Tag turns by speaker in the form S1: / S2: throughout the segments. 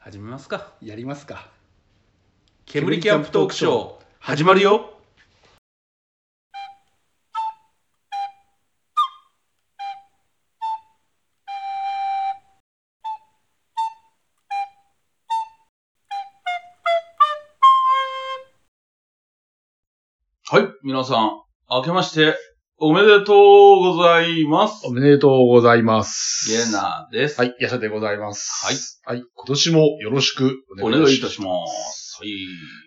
S1: 始めますか
S2: やりますか
S1: 煙キャンプトークショー始まるよはい皆さん明けましておめでとうございます
S2: おめでとうございます。
S1: ゲナです、
S2: はい、ヤシャでございます。はい。はい、今年もよろしく
S1: お
S2: お
S1: 願
S2: 願
S1: い
S2: い
S1: い
S2: い
S1: た
S2: た
S1: し
S2: し
S1: ま
S2: ます。
S1: す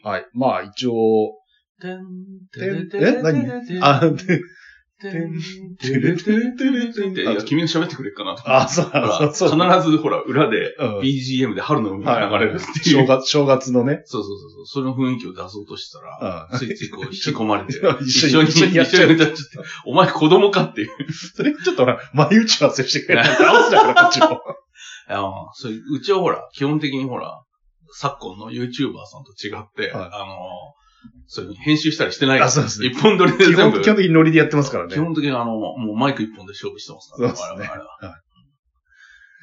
S1: はい
S2: はい。まあ、一応、
S1: てん
S2: てんえ何あ、で、
S1: て
S2: ん
S1: てれてれてれてれてれ。
S2: あ
S1: いや、君が喋ってくれっかなと。
S2: あ、そう
S1: ほら、
S2: そう
S1: 必
S2: そう。
S1: ず、ほら、裏で、
S2: うん
S1: BGM で春の海が流れるってい
S2: 正
S1: う。
S2: 月、正月のね。
S1: そうそうそうそう。その雰囲気を出そうとしたら、
S2: うん。。
S1: ついついこう、引き込まれて
S2: 一
S1: 一
S2: 緒
S1: 緒
S2: に
S1: に、
S2: 一
S1: 一緒
S2: 緒に
S1: にや
S2: や
S1: っ
S2: っち
S1: ち
S2: ゃ
S1: ゃ
S2: う
S1: って、お前子供かっていう。い
S2: それちょっとほら、前打ち合わせしてくれないと倒すだから、こっちも。
S1: や、そういう、うちはほら、基本的にほら、昨今の YouTuber さんと違って、
S2: はい
S1: あの、そういう編集したりしてない
S2: あ、そうですね。
S1: 一本撮りで
S2: 基
S1: 全
S2: 本
S1: 部。
S2: 基本的にノリでやってますからね
S1: 基。本的にあの、もうマイク一本で勝負してますから
S2: そうですね
S1: 我々は
S2: はい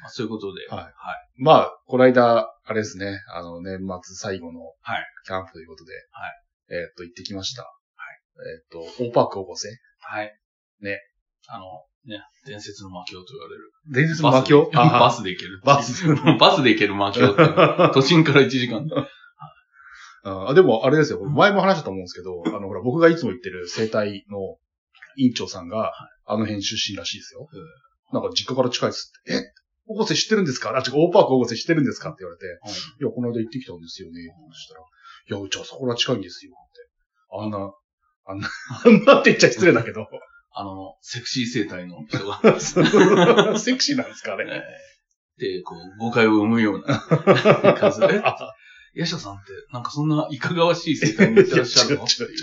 S1: まあそういうことで。
S2: はい
S1: はい。
S2: まあ、この間、あれですね、あの、年末最後の
S1: はい
S2: キャンプということで、
S1: はい
S2: えーっと、行ってきました。えーっと、オーパーク高校生
S1: はい。
S2: ね。
S1: あの、ね、伝説の魔境と言われる。
S2: 伝説の魔境
S1: バス でバス
S2: あ
S1: で行ける。
S2: バス。
S1: バスで行ける魔 境って。都心から1時間。
S2: うんあでも、あれですよ。前も話したと思うんですけど、あの、ほら、僕がいつも言ってる生態の委員長さんが、あの辺出身らしいですよ
S1: へえ。
S2: なんか実家から近いっすって。え高校生知ってるんですかあ、違う、オーパーク高校生知ってるんですかって言われて、いや、この間行ってきたんですよね。そしたら、いや、うちはそこら近いんですよ。って。あんな、あんな、 あんなって言っちゃ失礼だけど。
S1: あの、セクシー生態の人が、
S2: セクシーなんですかあ
S1: え
S2: れ。
S1: ーで、こう、誤解を生むような感じで。え
S2: あ
S1: ヤシャさんって、なんかそんないかがわしい生態にいてらっしゃるの
S2: いや
S1: っ
S2: 違
S1: て
S2: う違う
S1: い
S2: 違う
S1: う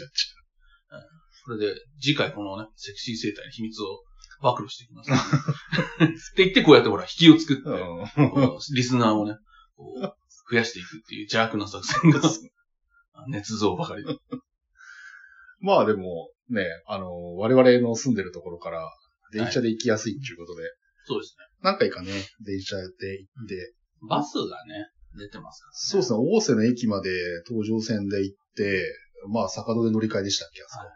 S1: それで、次回このね、セクシー生態の秘密を暴露していきます、 って言って、こうやってほら、引きを作って、
S2: うん
S1: こうリスナーをね、こう増やしていくっていう邪悪な作戦が、捏造ばかりで。
S2: まあでも、ね、あの、我々の住んでるところから、電車で行きやすいっていうことで、
S1: そうです
S2: 何回かね、電車で行って、
S1: ね。バスがね、出てますから、ね。
S2: そうですね、大瀬の駅まで東上線で行って、まあ、坂戸で乗り換えでしたっけ、あそこ
S1: はい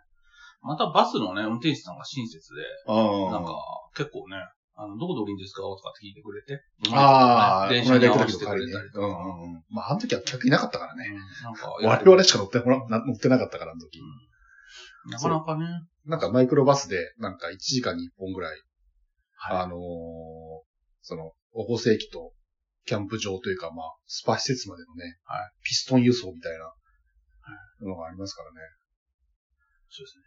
S1: またバスのね、運転手さんが親切で、
S2: あ
S1: な
S2: あ
S1: んか、結構ね、あの、どこで降りるんですかとかって聞いてくれて。
S2: ああ、
S1: 電
S2: この
S1: 車
S2: 間
S1: に
S2: 行
S1: 合
S2: った
S1: わ
S2: 時
S1: せて
S2: と
S1: く
S2: か
S1: れ
S2: ね
S1: たり。と
S2: う
S1: か。
S2: んうんうん。まあ、あの時は客いなかったからね。
S1: なんか、
S2: 我々しか乗ってもら、な乗ってなかったから、あの時。
S1: うんなかなかね、
S2: なんかマイクロバスで、なんか1時間に1本ぐらい、
S1: はい
S2: あのーその、おこせ駅と、キャンプ場というか、まあ、スパ施設までのね、
S1: はい
S2: ピストン輸送みたいなのがありますからね。
S1: そうですね。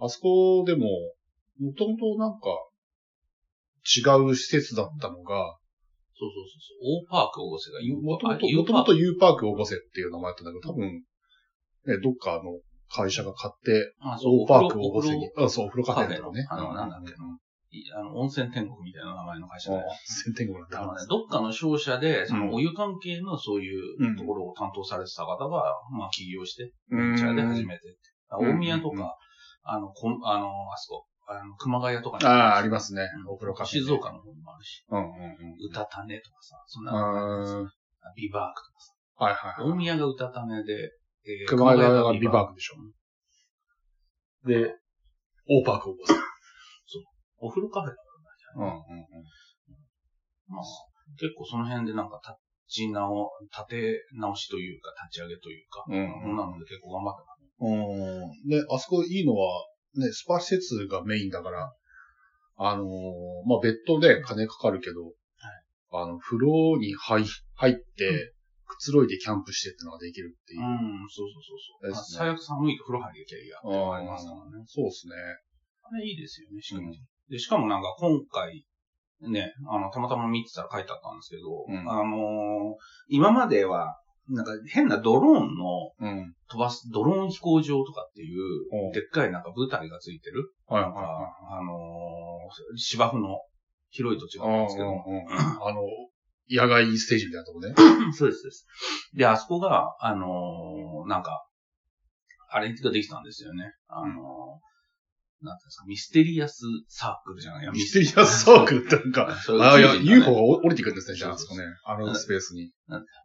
S2: あそこでも、もともとなんか、違う施設だったのが、
S1: そうそうそうそう。オーパーク大瀬が言う
S2: もともと、
S1: あ言う
S2: もと
S1: パー
S2: も
S1: ク
S2: と U パークおこせっていう名前だったんだけど、多分、ね、どっかの会社が買って、
S1: あそう
S2: オーパークお
S1: お
S2: こ
S1: 風
S2: せ
S1: 呂
S2: に、あそう、お風呂カフェとかね。
S1: カフェのあのなんだっけ
S2: うんうんうん
S1: いあの、温泉天国みたいな名前の会社で。
S2: あ宣伝後だった
S1: あのね、どっかの商社で、そ
S2: うん
S1: のお湯関係のそういうところを担当されてた方が、まあ起業して、こちらで始めてって。
S2: うん
S1: 大宮と
S2: うんうんうん
S1: か、あの、こんあの、あそこ、あの、熊谷とかに
S2: ああ、ありますね。
S1: うん
S2: お風呂カフェ。
S1: 静岡の方にもあるし、
S2: うんうんうん。
S1: うたたねとかさ、そんな
S2: うーん。
S1: あビバークとかさ、
S2: はいはいはい。
S1: 大宮がうたたねで、えー
S2: 熊谷がビバークでしょ。
S1: で、
S2: オーパークをす
S1: お風呂カフェだ
S2: うんうんうん。
S1: まあ、結構その辺でなんか立ち直、立て直しというか、立ち上げというか、
S2: うんうん
S1: なので結構頑張ってます。
S2: うん。で、あそこいいのは、ね、スパ施設がメインだから、あのーまあ、ベッドで金かかるけど、あの、風呂に入入って、くつろいでキャンプしてってのができるっていう
S1: う。ん、そうそうそうそう。
S2: ですね
S1: まあ最悪寒いと風呂入りゃいいやってのがありますからね。
S2: そうですね。
S1: あれいいですよね、しかも。
S2: うん
S1: で、しかもなんか今回、ね、あの、たまたま見てたら書いてあったんですけど、
S2: うん
S1: あのー今までは、なんか変なドローンの
S2: うん。
S1: 飛ばす、ドローン飛行場とかっていう、
S2: うん
S1: でっかいなんか舞台がついてる、
S2: はい
S1: なん
S2: は
S1: か、あのー芝生の広い土地
S2: い
S1: があ
S2: は
S1: る
S2: い。
S1: んで
S2: あ
S1: すけど、
S2: あの、野外ステージみたいなとこね。
S1: そうです、そうです。で、あそこが、あのーなんか、あれができたんですよね。あのーなんていうんですか、ミステリアスサークルじゃないいや
S2: ミステリアスサークルってなんか、
S1: そう
S2: あいや、
S1: 宇宙人がね
S2: UFO が降りてくるんですね、じゃあ、あそこね。あのスペースに。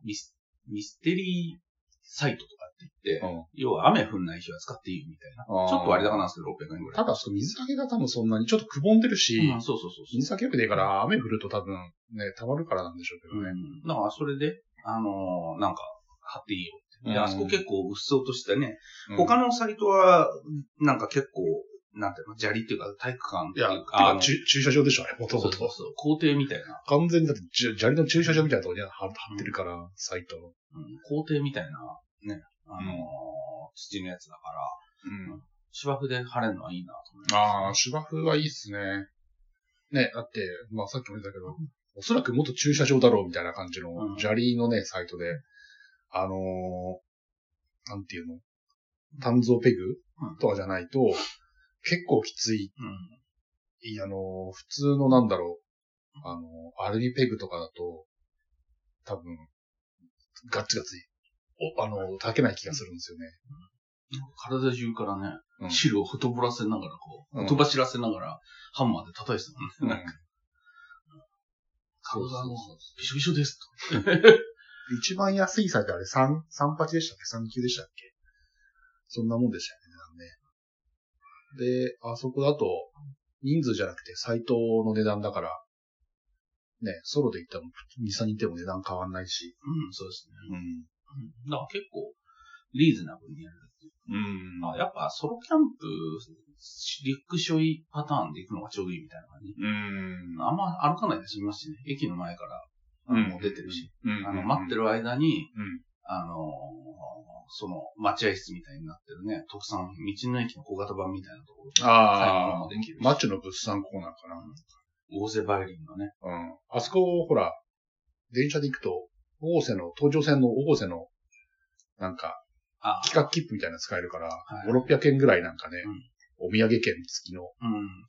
S1: ミスミステリーサイトとかって言って、
S2: うん
S1: 要は雨降んない日は使っていいよみたいな。
S2: あー
S1: ちょっと割高なんですけど、600円ぐらい。
S2: ただ、その水はけが多分そんなに、ちょっとくぼんでるし、
S1: うん、そうそうそうそう。
S2: 水はけよくねえから、雨降ると多分ね、溜まるからなんでしょうけどね。
S1: うん。だから、それで、あのーなんか、貼っていいよって。で、
S2: うん
S1: あそこ結構、うっそうとしてね、
S2: うん
S1: 他のサイトは、なんか結構、なんていうの、砂利っていうか、体育館っ
S2: い
S1: て
S2: や、
S1: い
S2: て
S1: うか、あ
S2: か
S1: の、
S2: 駐駐車場でしょ、あれ、もと
S1: そ
S2: も
S1: うそう
S2: と。
S1: そう、校庭みたいな、
S2: 完全にだって、じゅ砂利の駐車場みたいなところに貼ってるから、サイト。
S1: うん、校庭みたいな、ね、あのー
S2: うん
S1: 土のやつだから、
S2: うん。
S1: 芝生で晴れるのはいいなと思います。
S2: ああ、芝生はいいっすね。ね、だって、まあさっきも言ったけど、おそらく元駐車場だろうみたいな感じ
S1: う
S2: の
S1: ん
S2: 砂利のね、サイトで、あのー、なんていうの単造ペグ
S1: うん
S2: とかじゃないと、結構きつい、
S1: うん。
S2: いあのー普通のなんだろう、あのーアルミペグとかだと、多分、ガッツガツい、お、あのー、炊けない気がするんですよね。
S1: 体中からね、
S2: うん
S1: 汁をほとぼらせながら、こう、
S2: うん
S1: ほとばしらせながら、ハンマーで叩いてたもんね。なんか、
S2: そ
S1: 顔
S2: うそう
S1: が
S2: そ
S1: も
S2: う
S1: う、びしょびしょですと。
S2: 一番安いサイトあれ3、三八でしたっけ ?3 級でしたっけそんなもんでしたよね、値段ね。で、あそこだと、人数じゃなくてサイトの値段だから、ね、ソロで行ったも2、3人行っても値段変わんないし。
S1: うん、そうですね。
S2: うん。
S1: うんだから結構、リーズナブルにやる。
S2: うん
S1: まあ、やっぱソロキャンプ、リュックしょいパターンで行くのがちょうどいいみたいな感じ。
S2: うん
S1: あんま歩かないで済みますしね。駅の前から、あ
S2: うん
S1: の、もう出てるし。
S2: うん
S1: あの、待ってる間に、
S2: うん
S1: あのーその、待合室みたいになってるね、特産、道の駅の小型版みたいなところ。買い物
S2: ああ
S1: もできる、し
S2: マッチョの物産コーナーか
S1: 大勢バイリンのね。
S2: な。うん。あそこ、ほら、電車で行くと、大瀬の、東上線の大瀬の、なんか、
S1: あ
S2: 企画切符みたいなの使えるから、
S1: はい
S2: 5、600円ぐらいなんかね、お土産券付きの。
S1: うん。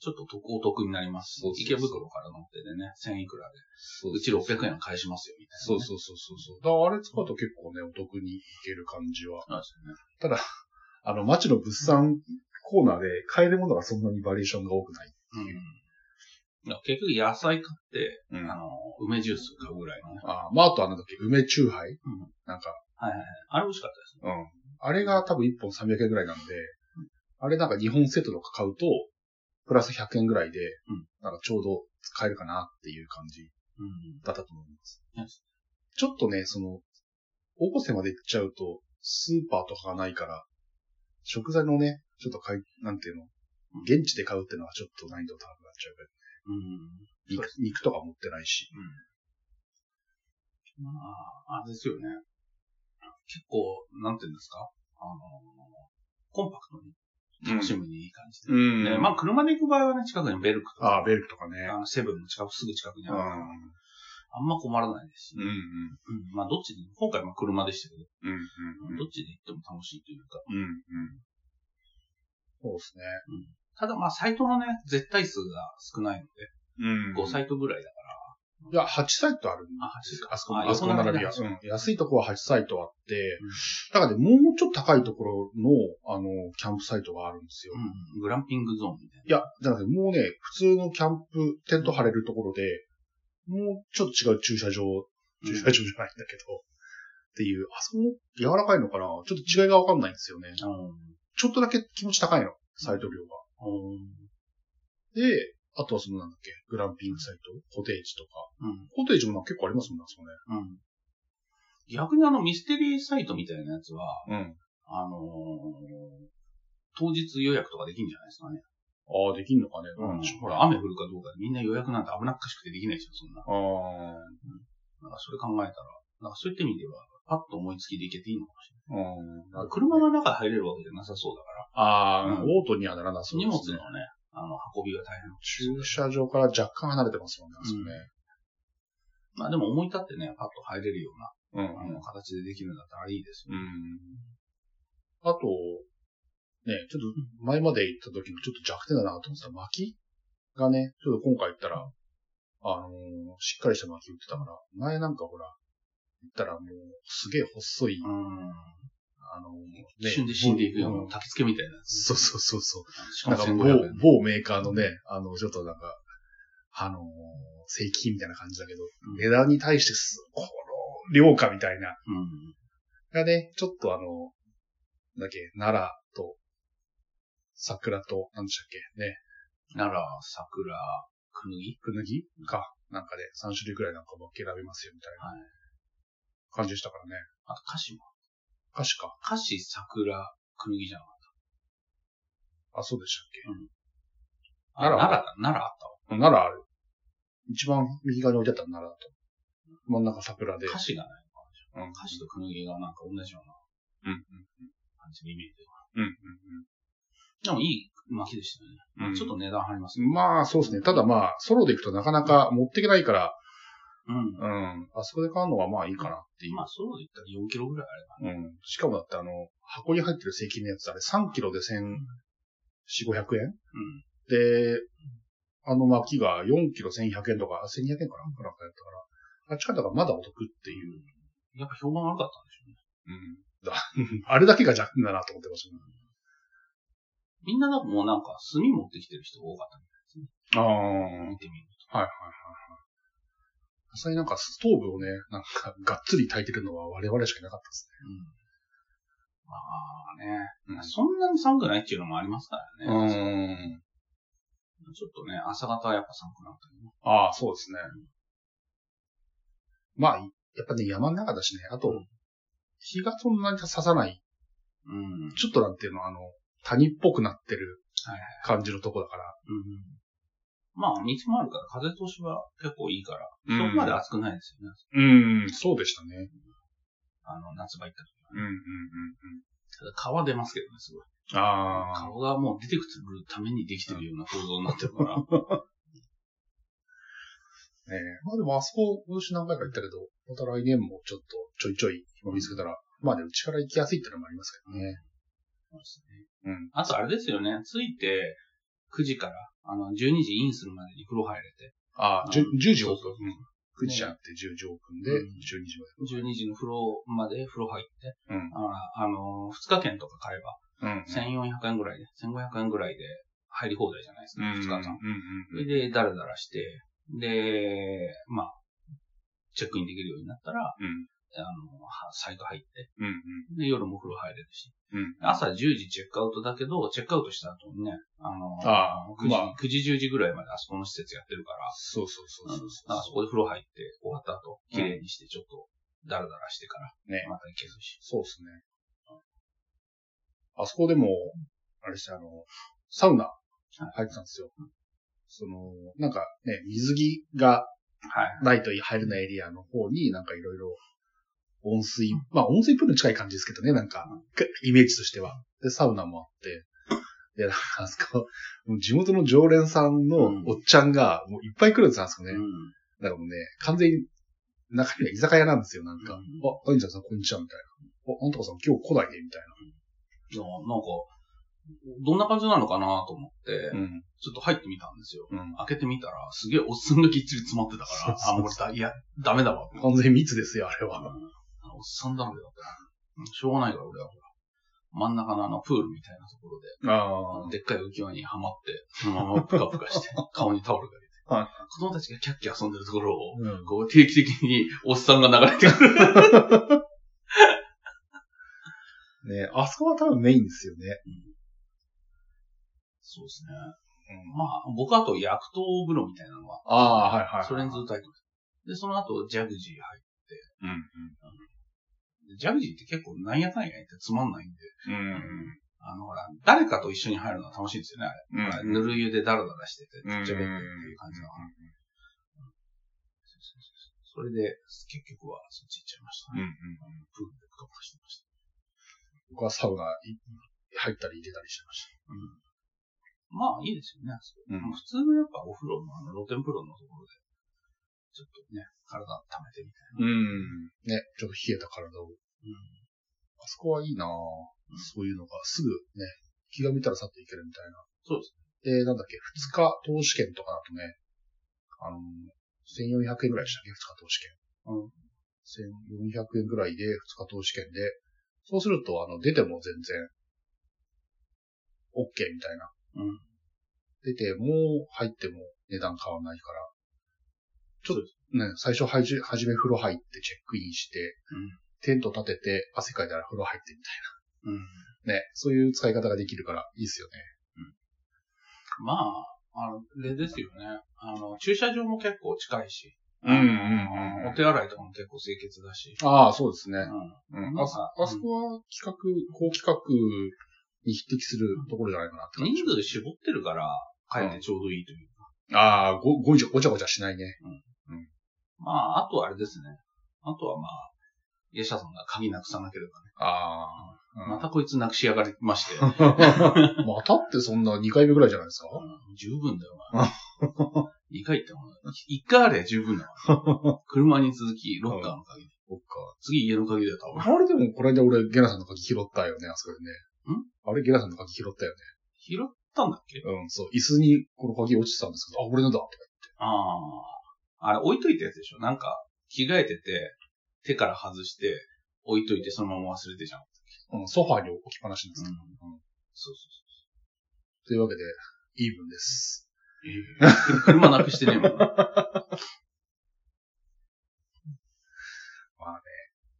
S1: ちょっと得お得になりますし
S2: そうそうそう
S1: 池袋から乗ってでね、1000いくらで。
S2: そう
S1: ち600円は返しますよ、みたいな、ね。
S2: そうそうそうそうそう。だからあれ使うと結構ね、お得にいける感じは。
S1: そうですね。
S2: あの、街の物産コーナーで買えるものがそんなにバリエーションが多くない。
S1: うん。だから結局野菜買って、
S2: う
S1: あ
S2: あ
S1: の、梅ジュース買うぐらいのね。
S2: あまあ、あとあのだっけ、梅チューハイ、
S1: ん
S2: なんか、
S1: はいはいはい。あれ美味しかったですね。
S2: うん。あれが多分1本300円ぐらいなんで、あれなんか2本セットとか買うと、プラス100円ぐらいで、
S1: うん
S2: なんかちょうど使えるかなっていう感じ
S1: うん。
S2: だったと思います。
S1: うん
S2: ちょっとね、その、大越まで行っちゃうと、スーパーとかがないから、食材のね、ちょっと買い、なんていうの、
S1: うん
S2: 現地で買うってのはちょっと難易度高くなっちゃう
S1: うん。
S2: けど、肉肉とか持ってないし。
S1: うん。まあ、あれですよね。結構、なんていうんですかあの、コンパクトに楽しむにいい感じで。
S2: ん
S1: ね、まあ、車で行く場合はね、近くにベルクと
S2: あ
S1: か、
S2: あ、ベルクとかね。
S1: あのセブンの近く、すぐ近くにあ
S2: う
S1: る
S2: ん。
S1: から、あんま困らないですし、
S2: うんうん。
S1: うんまあ、どっちで、今回は車でしたけど、
S2: うんうんうん。
S1: どっちで行っても楽しいというか、
S2: うんうん。そうですね。
S1: ただまあ、サイトのね、絶対数が少ないので、
S2: うん
S1: 5サイトぐらいだか
S2: いや、8サイトあるん
S1: ら、あ、
S2: です
S1: 8
S2: よ
S1: か。
S2: あそこ、
S1: あ
S2: あそこ並びは。
S1: 横
S2: う
S1: 並
S2: ん安いとこは8サイトあって、だからね、もうちょっと高いところの、あの、キャンプサイトがあるんですよ。
S1: うん、グランピングゾーンみたい
S2: いや、じゃなくて、もうね、普通のキャンプ、テント張れるところで、もうちょっと違う駐車場、
S1: な。
S2: 駐車場じゃないんだけど、っていう、あそこも柔らかいのかなちょっと違いがわかんないんですよね。
S1: うん。
S2: ちょっとだけ気持ち高いの、サイト量
S1: うん。
S2: が。で、あとはそのなんだっけ、グランピングサイト、コテージとか。
S1: うん。
S2: コテージもなんか結構ありますもんね、あそこね。
S1: うん。逆にあのミステリーサイトみたいなやつは、
S2: うん。
S1: あのー当日予約とかできるんじゃないですかね。
S2: ああ、できんのかね。なんでしょう
S1: ほら、雨降るかどうかでみんな予約なんて危なっかしくてできないでしょ、そんな。
S2: ああ、
S1: なんかそれ考えたら、なんかそういった意味では、パッと思いつきでいけていいのかもしれ
S2: うん。
S1: ない。車の中に入れるわけじゃなさそうだから、
S2: ああ、
S1: うん
S2: オートにはならなそう
S1: 荷
S2: で
S1: 物
S2: すね。
S1: のね、あの、運びが大変。
S2: 駐車場から若干離れてますもんね、あそこね。
S1: まあでも思い立ってね、パッと入れるような、
S2: うん
S1: あの、形でできるんだったらいいですよ。
S2: うん。あと、ね、ちょっと前まで行った時もちょっと弱点だなと思ってた薪がね、ちょっと今回行ったら、あのーしっかりした薪売ってたから、前なんかほら、行ったらもうすげえ細い、
S1: うん。
S2: ああの、
S1: 一瞬で死んでいくような、焚き付けみたいなやつ。
S2: そうそうそうそう。
S1: しか
S2: なん
S1: も
S2: か
S1: 1500円。
S2: 某某メーカーのね、あの、ちょっとなんか、あのー、正規みたいな感じだけど、
S1: うん
S2: 値段に対してす、この量かみたい
S1: う
S2: な。
S1: ん。
S2: がね、ちょっとあの、なんだっけ、奈良と、桜と、なんでしたっけ、ね、
S1: 奈良、桜、くぬぎ
S2: くぬぎか、なんかで、3種類くらいなんかも選べますよ、みたいな
S1: はい。
S2: 感じでしたからね。
S1: あと歌詞も。
S2: 歌詞か。
S1: 歌詞、桜、くぬぎじゃなかっ
S2: あ、そうでしたっけ。
S1: た。あ
S2: 奈
S1: 奈
S2: 良
S1: 良だ、奈良あったわ。
S2: 奈良ある。一番右側に置いてあったの奈良だと。真ん中桜で。
S1: 歌詞がないのか
S2: うんうん
S1: な。歌詞とくぬぎがなんか同じような
S2: うんうん
S1: 感じのイメージで。
S2: うんうん
S1: でもいい巻きでしたよね。
S2: うん。
S1: まあちょっと値段張りますけど。
S2: まあ、そうですね。ただまあ、ソロで行くとなかなか持っていけないから、
S1: うん。
S2: うん。あそこで買うのはまあいいかなっていう。
S1: まあ、そうで言ったら4キロぐらいあれば
S2: うん。しかもだってあの、箱に入ってる正規のやつあれ3キロで1000、4、500円
S1: うん。
S2: で、あの巻きが4キロ1100円とか、あ1200円かななんかやったから、あっちかだからまだお得っていう。
S1: やっぱ評判悪かったんでしょうね。
S2: うん。だ あれだけが弱点だなと思ってましたね。
S1: みんななんかもうなんか炭持ってきてる人が多かったみたいですね。
S2: あ
S1: 見てみる
S2: あ。はいはいはいはい。実際なんかストーブをね、なんかがっつり炊いてるのは我々しかいなかったです
S1: と。うん。まあね、
S2: ね。
S1: そんなに寒くないっていうのもありますからね。
S2: ん。
S1: ちょっとね、朝方はやっぱ寒くなったけどね。
S2: ああ、そうですね。まあ、やっぱね、山の中だしね、あ
S1: う
S2: と、日がそんなに刺さない、
S1: うん。
S2: ちょっとなんていうの、あの、谷っぽくなってる
S1: はい
S2: 感じのとこだから。
S1: うん。まあ、道もあるから、風通しは結構いいから、そこまで暑くないですよね。
S2: うん、そうでしたね。
S1: あの、夏場行った時は
S2: うん、うん、うん、うん。
S1: ただ川出ますけどね、すごい。
S2: ああ。
S1: 顔がもう出てくるためにできてるような構造になってるから。
S2: ねえまあでもあそこ、私何回か行ったけど、また来年もちょっとちょいちょい今見つけたら、まあね、うちから行きやすいってのもありますけどね。
S1: そうですね
S2: うん。
S1: あとあれですよね、着いて9時から、あの、12時インするまでに風呂入れて、
S2: ああ、
S1: あ
S2: じゅ10時オープ
S1: そうそう
S2: ン。9時じゃなくて10時オープンで、12
S1: うん
S2: 時ま
S1: 12時の風呂まで風呂入って、
S2: うん
S1: ああの、2日券とか買えば、
S2: で。うん。
S1: 1400円ぐらいで、1500円ぐらいで入り放題じゃないですか、2日間。
S2: うん
S1: そ
S2: うんう
S1: れ
S2: ん。
S1: で、だらだらして、で、まあ、チェックインできるようになったら、
S2: うん。
S1: あの、はサイト入って、
S2: うんうん。
S1: で、夜も風呂入れるし、
S2: うん
S1: 朝10時チェックアウトだけど、チェックアウトした後にね、あの、
S2: ああ
S1: 9時、
S2: まあ
S1: 9時10時ぐらいまであそこの施設やってるから、
S2: そうそうそうそう
S1: だからそこで風呂入って終わった後、
S2: うん
S1: 綺麗にしてちょっと、ダラダラしてから、
S2: ね
S1: また行けるし。
S2: そうですね。あそこでも、あれして、あの、サウナ入ってたんですよ。その、なんかね、水着が
S1: はい。
S2: ないと入れないエリアの方になんかいろいろ温水、まあ温水プールに近い感じですけどね、なんか、イメージとしては。で、サウナもあって、で、なんかあそこ、もう地元の常連さんのおっちゃんが、もういっぱい来るんですよ、あそこね。
S1: うん。
S2: だからもうね、完全に、中身が居酒屋なんですよ、なんか。
S1: うん
S2: あ、アインザさん、こんにちは、みたいな。あ、あんたかさん、今日来ないで、みたい
S1: いやなんか、どんな感じなのかなと思って、
S2: な。うん。
S1: ちょっと入ってみたんですよ。
S2: うん。
S1: 開けてみたら、すげえおっさんがぎっちり詰まってたから、
S2: そうそう
S1: あ、もうだ、いや、ダメだわ。
S2: 完全密ですよ、あれは。
S1: うんおっさんだらけだった。うんしょうがないから、俺はほら。真ん中のあの、プールみたいなところで、
S2: あ
S1: でっかい浮き輪にはまって、そのままプカプカ して、顔にタオルかけて。
S2: は
S1: 子供たちがキャッキャ遊んでるところを、
S2: うん。
S1: こう定期的におっさんが流れてくる。
S2: ねあそこは多分メインですよね。
S1: そうですね。
S2: うん。
S1: まあ、僕あと、薬湯風呂みたいなのは、
S2: ああ、はいはい。
S1: それにずっと入ってます。で、その後、ジャグジー入
S2: うん。
S1: って、ジャグジーって結構なんやかんや言ってつまんないんで、
S2: うん。
S1: あの、ほら、誰かと一緒に入るのは楽しいんですよね、あれ。
S2: うん。うん。
S1: ぬるい湯でダラダラしてて、
S2: うん
S1: ちゃべってっていう感じだから。そうそうそうそうそれで、結局はそっち行っちゃいました
S2: うん。う
S1: ね。
S2: ん。
S1: プールでプカプカしてました。
S2: 僕はサウナい入ったり入れたりしてまし
S1: うん。まあ、いいですよね。
S2: うん
S1: 普通のやっぱお風呂のあの露天風呂のところで、ちょっとね、体温めてみたいな。
S2: た。ん。ね、ちょっと冷えた体を。
S1: う
S2: あそこはいいなぁそういうのがすぐね、気が向いたらさっと行けるみたいな。
S1: そうです
S2: で、なんだっけ、二日投資券とかだとね、あの、1400円ぐらいでしたっけ、二日投
S1: ん。
S2: 資
S1: うん。
S2: 券。1400円ぐらいで二日投資券でそうすると、あの、出ても全然、OK みたいな。
S1: うん。
S2: 出ても、入っても値段変わらないから。ちょっ
S1: そうで
S2: とね、最初はじ、はじめ風呂入ってチェックインして、
S1: うん
S2: テント立てて、汗かいたら風呂入ってみたい
S1: うん。
S2: な。ね、そういう使い方ができるから、いいっすよね。
S1: まあ、あのあれですよね。あの、駐車場も結構近いし。
S2: うんうんうん
S1: お手洗いとかも結構清潔だし。
S2: ああ、そうですね。
S1: う
S2: うん。
S1: なん
S2: あそ
S1: か
S2: あそこは企画、高企画に匹敵するところじゃないかなって
S1: ん。
S2: 感じ
S1: 人数絞ってるから、かえってちょうどいいというか。
S2: ああ、ご、ごじゃ、ごちゃごちゃしないね。
S1: まあ、あとはあれですね。あとはまあ、イエシャさんが鍵なくさなければね。
S2: ああ。うん
S1: またこいつなくしやがりまして。うん
S2: またってそんな2回目ぐらいじゃないですか
S1: 十分だよ、お前。二回ってもん一回あれば十分だわ。車に続き、ロッカーの鍵。
S2: そっか。
S1: 次家の鍵だよ、多分。
S2: あれでも、これで俺、ゲラさんの鍵拾ったよね、あそこでね。
S1: ん
S2: あれ、ゲラさんの鍵拾ったよ
S1: 拾ったんだっけ
S2: ね。うん、そう。椅子にこの鍵落ちてたんですけど、あ、俺のだ。
S1: ああ。あれ、置いといたやつでしょなんか、着替えてて、手から外して、置いといてそのまま忘れてじゃん。
S2: うん、ソファーに置きっぱなしなんです
S1: う
S2: けど。
S1: んそうそう
S2: というわけで、イーブンです。
S1: そう。車なくしてねえもん。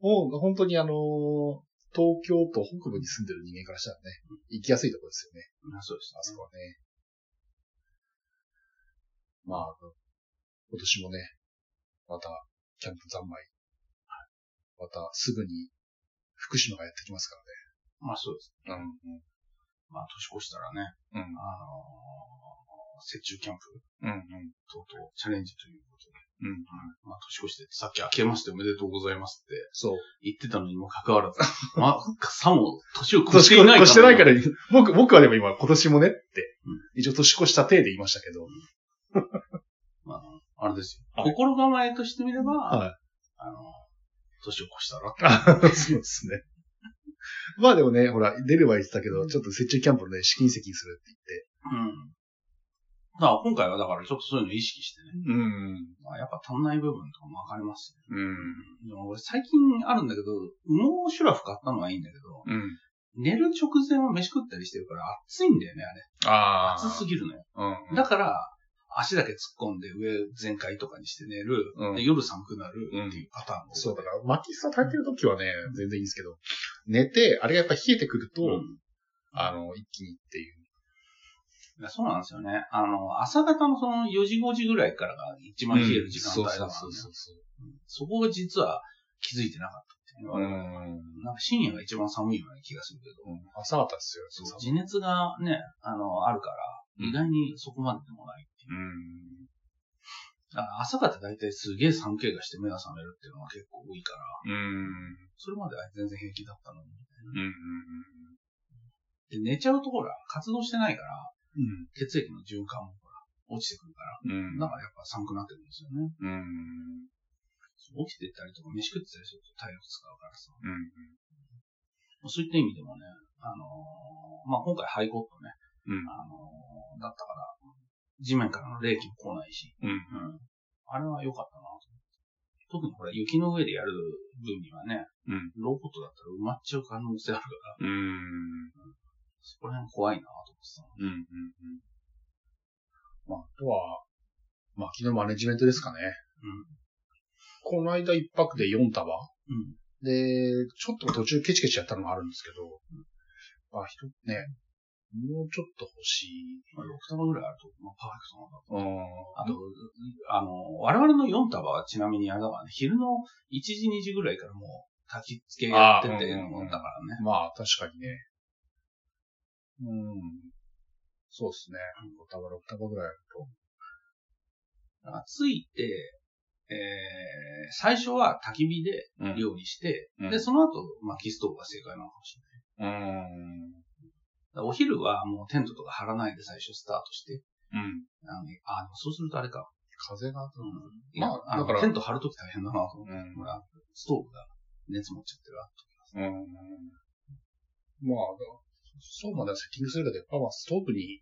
S2: もう、本当にあのー東京都北部に住んでる人間からしたらね、行きやすいところですよね。
S1: まあそうです
S2: あそこはね。まあ、今年もね、また、キャンプ三昧。また、すぐに、福島がやってきますか
S1: まあそうです。
S2: らね。
S1: まあ年越したらね、
S2: うん。うん。
S1: あのー、雪中キャンプ、
S2: うん。うん。
S1: とうとうチャレンジということで。
S2: うん。
S1: まあ年越して、さっき明けましておめでとうございますって
S2: そう。
S1: 言ってたのにもかかわら ず、まあ、さも年を越し
S2: 年
S1: ていない。
S2: 越してないからら、僕、僕はでも今、今年もねって
S1: うん、
S2: 一応年越した体で言いましたけど、
S1: まあ、あれですよ。
S2: はい
S1: 心構えとしてみれば、
S2: はい
S1: あの、年を越したら。
S2: あ そうですね。まあでもね、ほら、出るは言ってたけど、ちょっと雪中キャンプのね、試金石にするって
S1: うん。だから今回はだからちょっとそういうの意識してね。
S2: 言って。うん。
S1: まあ、やっぱ足んない部分とかもわかりますね。
S2: うん。
S1: でも俺最近あるんだけど、羽毛シュラフ買ったのはいいんだけど、
S2: うん。
S1: 寝る直前は飯食ったりしてるから暑いんだよね、あれ。
S2: あ
S1: 暑すぎるのよ。
S2: うん。
S1: だから、足だけ突っ込んで上全開とかにして寝る、
S2: うん
S1: で夜寒くなるっていうパターンも、
S2: そう、だから、薪スタ焚いてる時はね、全然いいんですけど、寝て、あれがやっぱ冷えてくると、
S1: うん
S2: あの、一気にっていう。
S1: いやそうなんですよね。あの、朝方のその4時5時ぐらいからが一番冷える時間帯だから、ね
S2: そうそうそう
S1: うんそこが実は気づいてなかったっていうの
S2: そう。
S1: は、
S2: ん。
S1: なんか深夜が一番寒いような気がするけど、
S2: 朝方ですよ、
S1: そう地熱がね、あの、あるから、
S2: うん
S1: 意外にそこまででもないっていう。
S2: うん。
S1: だから朝方大体すげえ寒気がして目が覚めるっていうのが結構多いから、
S2: うん。
S1: それまでは全然平気だったのに。
S2: うん。
S1: で、寝ちゃうとほら、活動してないから、
S2: うん。
S1: 血液の循環もほら、落ちてくるから、
S2: うん。
S1: だからやっぱ寒くなってくるんですよね。
S2: うん。
S1: 起きてたりとか飯食ってたりすると体力使うからさ。
S2: うん。
S1: そういった意味でもね、あのーまあ、今回ハイコットね、
S2: うん
S1: あのーだったから、地面からの冷気も来ないし、
S2: うん。
S1: うん。あれは良かったなと思って。特にほら、雪の上でやる分にはね、
S2: うん
S1: ロボットだったら埋まっちゃう可能性あるから、
S2: うん。
S1: そこら辺怖いなと思ってさ。
S2: うん。うん。まあ、あとは、薪のマネジメントですかね。この間一泊で4束
S1: うん。うん。
S2: で、ちょっと途中ケチケチやったのもあるんですけど、まあ、ひとね、もうちょっと欲しい。
S1: まあ、6束ぐらいあると、まあ、パーフェクトなんだ
S2: うん。
S1: あと、あの、我々の4束はちなみにあれだからね、昼の1時2時ぐらいからもう焚き付けやってて、だ
S2: あ
S1: か
S2: ーう
S1: ら
S2: んうんうん
S1: ね。
S2: まあ、確かにね。うん。そうですね。5束、6束ぐらいあると。
S1: だからついて、えー、最初は焚き火で
S2: う
S1: 料理して、
S2: うん
S1: で、その後、薪ストーブが正解なのかもしれない。
S2: うん。
S1: だからお昼はもうテントとか張らないで最初スタートして、
S2: うん。
S1: あのあ、でもそうするとあれか。
S2: 風が、
S1: うん。
S2: まあ
S1: いやあの
S2: だから
S1: テント張るとき大変だなと思って。
S2: うん
S1: ほら、ストーブが熱持っちゃってるわ。
S2: うん。まあ、そうまでセッティングするけど、やっぱまあ、ストーブに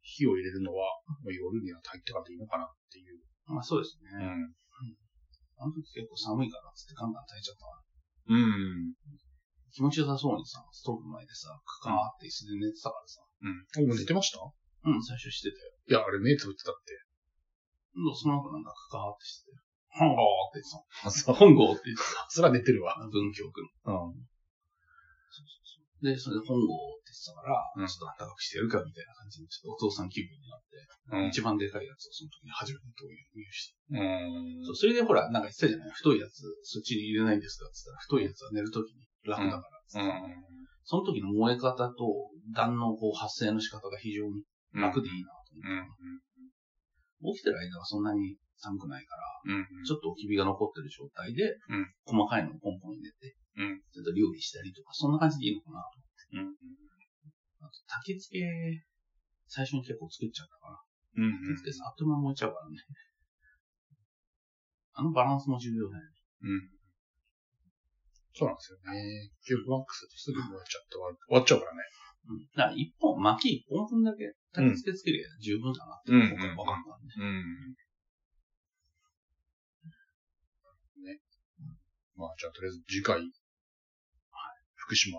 S2: 火を入れるのは、まあ夜には炊いてからでいいのかなっていう。
S1: まあそうですね。
S2: ん。
S1: あの時結構寒いからっつってガンガン炊いちゃったわ。
S2: うん。
S1: 気持ちよさそうにさ、ストーブの前でさ、カカーって椅子で寝てたからさ。
S2: うん。あ、寝てました
S1: うん、最初してたよ。
S2: いや、あれ目つぶってたって。
S1: うんその後なんかカカーってしてたよ。ハンゴーって言ってた。
S2: あ、そ
S1: ハンゴーって言ってた。
S2: そら寝てるわ。
S1: 文京君。
S2: うん。
S1: そうそうそう。で、それで本郷って言ってたから、
S2: うん
S1: ちょっと暖かくしてやるかみたいな感じで、ちょっとお父さん気分になって、
S2: うん
S1: 一番でかいやつをその時に初めて投入した。そ
S2: うん。
S1: うそれでほら、なんか言ってたじゃない太いやつ、そっちに入れないんですかって言ったら、太いやつは寝る時に楽だからって
S2: う
S1: 言ってた、
S2: ん。
S1: その時の燃え方と、弾のこう発生の仕方が非常に楽でいいなと思って
S2: うん。
S1: 起きてる間はそんなに寒くないから、
S2: うん。
S1: ちょっとおきびが残ってる状態で、
S2: う
S1: 細
S2: ん
S1: かいのをポンポン入れて、
S2: うん
S1: それと料理したりとか、そんな感じでいいのかなと
S2: うん。
S1: あと、焚き付け、最初に結構作っちゃったから、
S2: うん。
S1: 焚き付けさ、あっという間に燃えちゃうからね。あのバランスも重要だよね。
S2: うん。そうなんですよね。キューブワックスってすぐ終わっちゃって終わる終わっちゃうからね。
S1: うん。だから一本、薪一本分だけ焚き付けつけりゃ十分だなって、
S2: うん
S1: 僕は分かったんで。
S2: うん。ね。まあ、じゃあ、とりあえず次回、福島、